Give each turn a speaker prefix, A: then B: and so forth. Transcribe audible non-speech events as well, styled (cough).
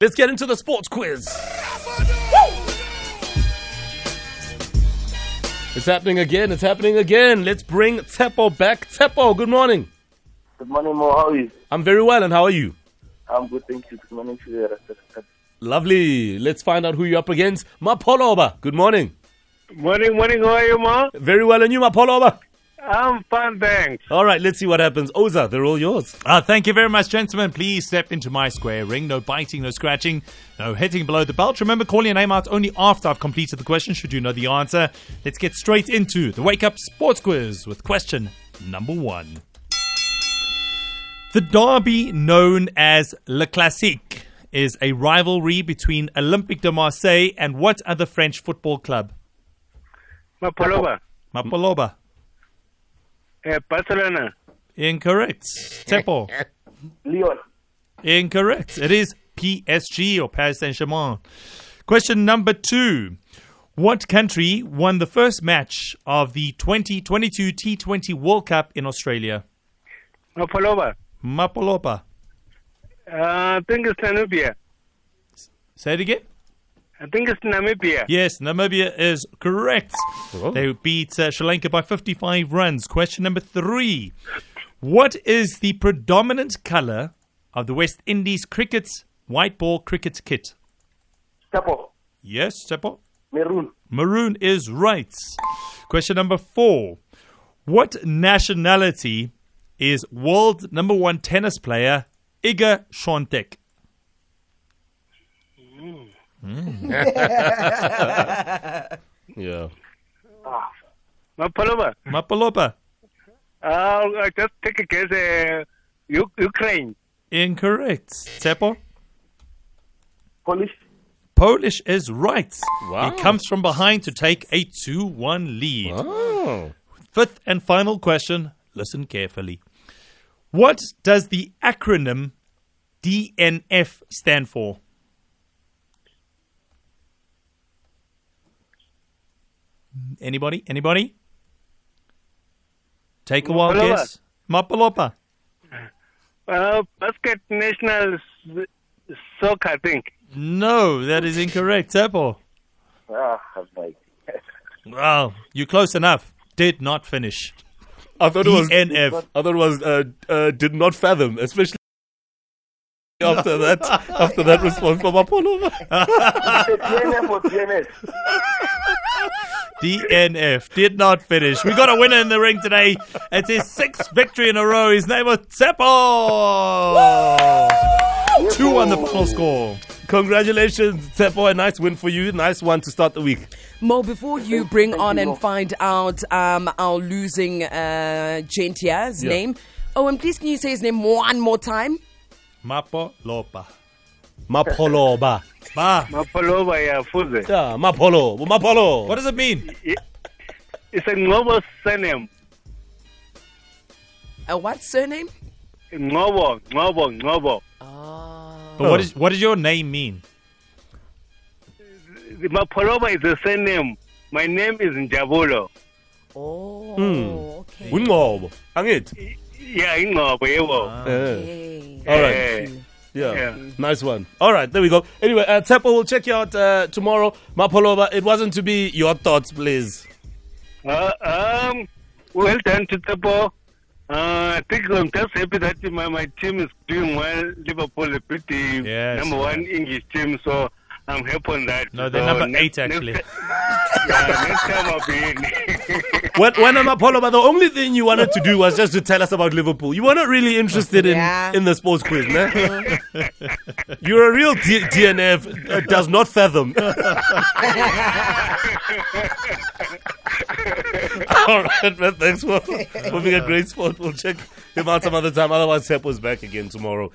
A: Let's get into the sports quiz. It's happening again. It's happening again. Let's bring Teppo back. Teppo, good morning.
B: Good morning, Mo. How are you?
A: I'm very well, and how are you?
B: I'm good, thank you. Good morning to the rest of the country.
A: Lovely. Let's find out who you're up against. Mapoloba, good morning.
C: Morning, morning. How are you, Ma?
A: Very well, and you, Mapoloba?
C: I'm fine, thanks.
A: All right, let's see what happens. Oza, they're all yours.
D: Uh, thank you very much, gentlemen. Please step into my square ring. No biting, no scratching, no hitting below the belt. Remember, call your name out only after I've completed the question, should you know the answer. Let's get straight into the Wake Up Sports Quiz with question number one. The derby known as Le Classique is a rivalry between Olympique de Marseille and what other French football club?
C: Mapalova,
D: Mapaloba.
C: uh, Barcelona.
D: Incorrect. Tepo.
B: Leon,
D: Incorrect. It is PSG or Paris Saint Germain. Question number two. What country won the first match of the 2022 T20 World Cup in Australia?
C: Mapalova.
D: Mapolopa.
C: Uh, I think it's Namibia.
D: Say it again.
C: I think it's Namibia.
D: Yes, Namibia is correct. They beat uh, Sri Lanka by 55 runs. Question number three. What is the predominant color of the West Indies cricket's white ball cricket kit?
B: Tapo,
D: Yes, Tepo.
B: Maroon,
D: Maroon is right. Question number four. What nationality is world number one tennis player Iga Swiatek?
A: Yeah.
C: Mapalova.
D: Mapalopa.
C: I'll, I'll just take a guess. Uh, U- Ukraine.
D: Incorrect. Tepo.
B: Polish,
D: Polish is right.
A: Wow.
D: He comes from behind to take a 2 1 lead.
A: Oh.
D: Fifth and final question. Listen carefully. What does the acronym DNF stand for? Anybody? Anybody? Take a wild
C: Mapalopa.
D: guess. Mapalopa.
C: Uh, basket national s- soccer, I think.
D: No, that is incorrect. Tepo.
B: ah, right.
D: Wow, you're close enough. Did not finish.
A: I thought it was.
D: DNF.
A: I thought it was. Uh, uh, did not fathom, especially after that. After that response from Mapoloba.
B: TNF or TNS?
D: DNF did not finish. We got a winner in the ring today. It's his sixth victory in a row. His name was Tsepo. (laughs) Two on the final score.
A: Congratulations, Tepo. A nice win for you. Nice one to start the week.
E: Mo, before you bring
B: thank
E: on
B: you,
E: and
B: Mo.
E: find out um, our losing uh, Gentia's
A: Yeah.
E: name, oh, and please can you say his name one more time?
D: Mapo Lopa.
A: Mapoloba.
D: Ba.
C: Mapalova, yeah, Fuze.
A: Yeah, Mapolo. Mapolo.
D: What does it mean?
C: It's a Ngobo surname.
E: Uh, what surname?
C: Ngobo, Ngobo, Ngobo.
E: Ah,
D: But
A: Oh.
D: what, is, what does your name mean?
C: Mapalova is the surname. My name is Njabulo.
B: Hmm.
E: Oh, okay.
A: Wingob. Hang it.
C: Yeah, Ngobo, yebo.
A: Yeah.
E: Hey.
A: Ah. All right.
C: Eh.
A: Yeah.
C: Yeah.
A: Nice one. All right, there we go. Anyway, uh, Tepo, we'll check you out uh, tomorrow. Mapolova, it wasn't to be your thoughts, please.
C: Uh, um, well done to Tabo. Uh, I think I'm just happy that my, my team is doing well. Liverpool is pretty
D: Yes,
C: number one English team, so I'm happy on that.
D: No, they're
C: So
D: number
C: next-
D: eight, actually.
C: Next, (laughs) yeah, next time I'll be in. (laughs)
A: When, when I'm Mapolova, the only thing you wanted to do was just to tell us about Liverpool. You were not really interested in,
E: Yeah.
A: in the sports quiz, man. You're a real D- DNF, uh, does not fathom. (laughs) All right, man. Thanks for, for being a great sport. We'll check him out some other time. Otherwise, Tepo's back again tomorrow.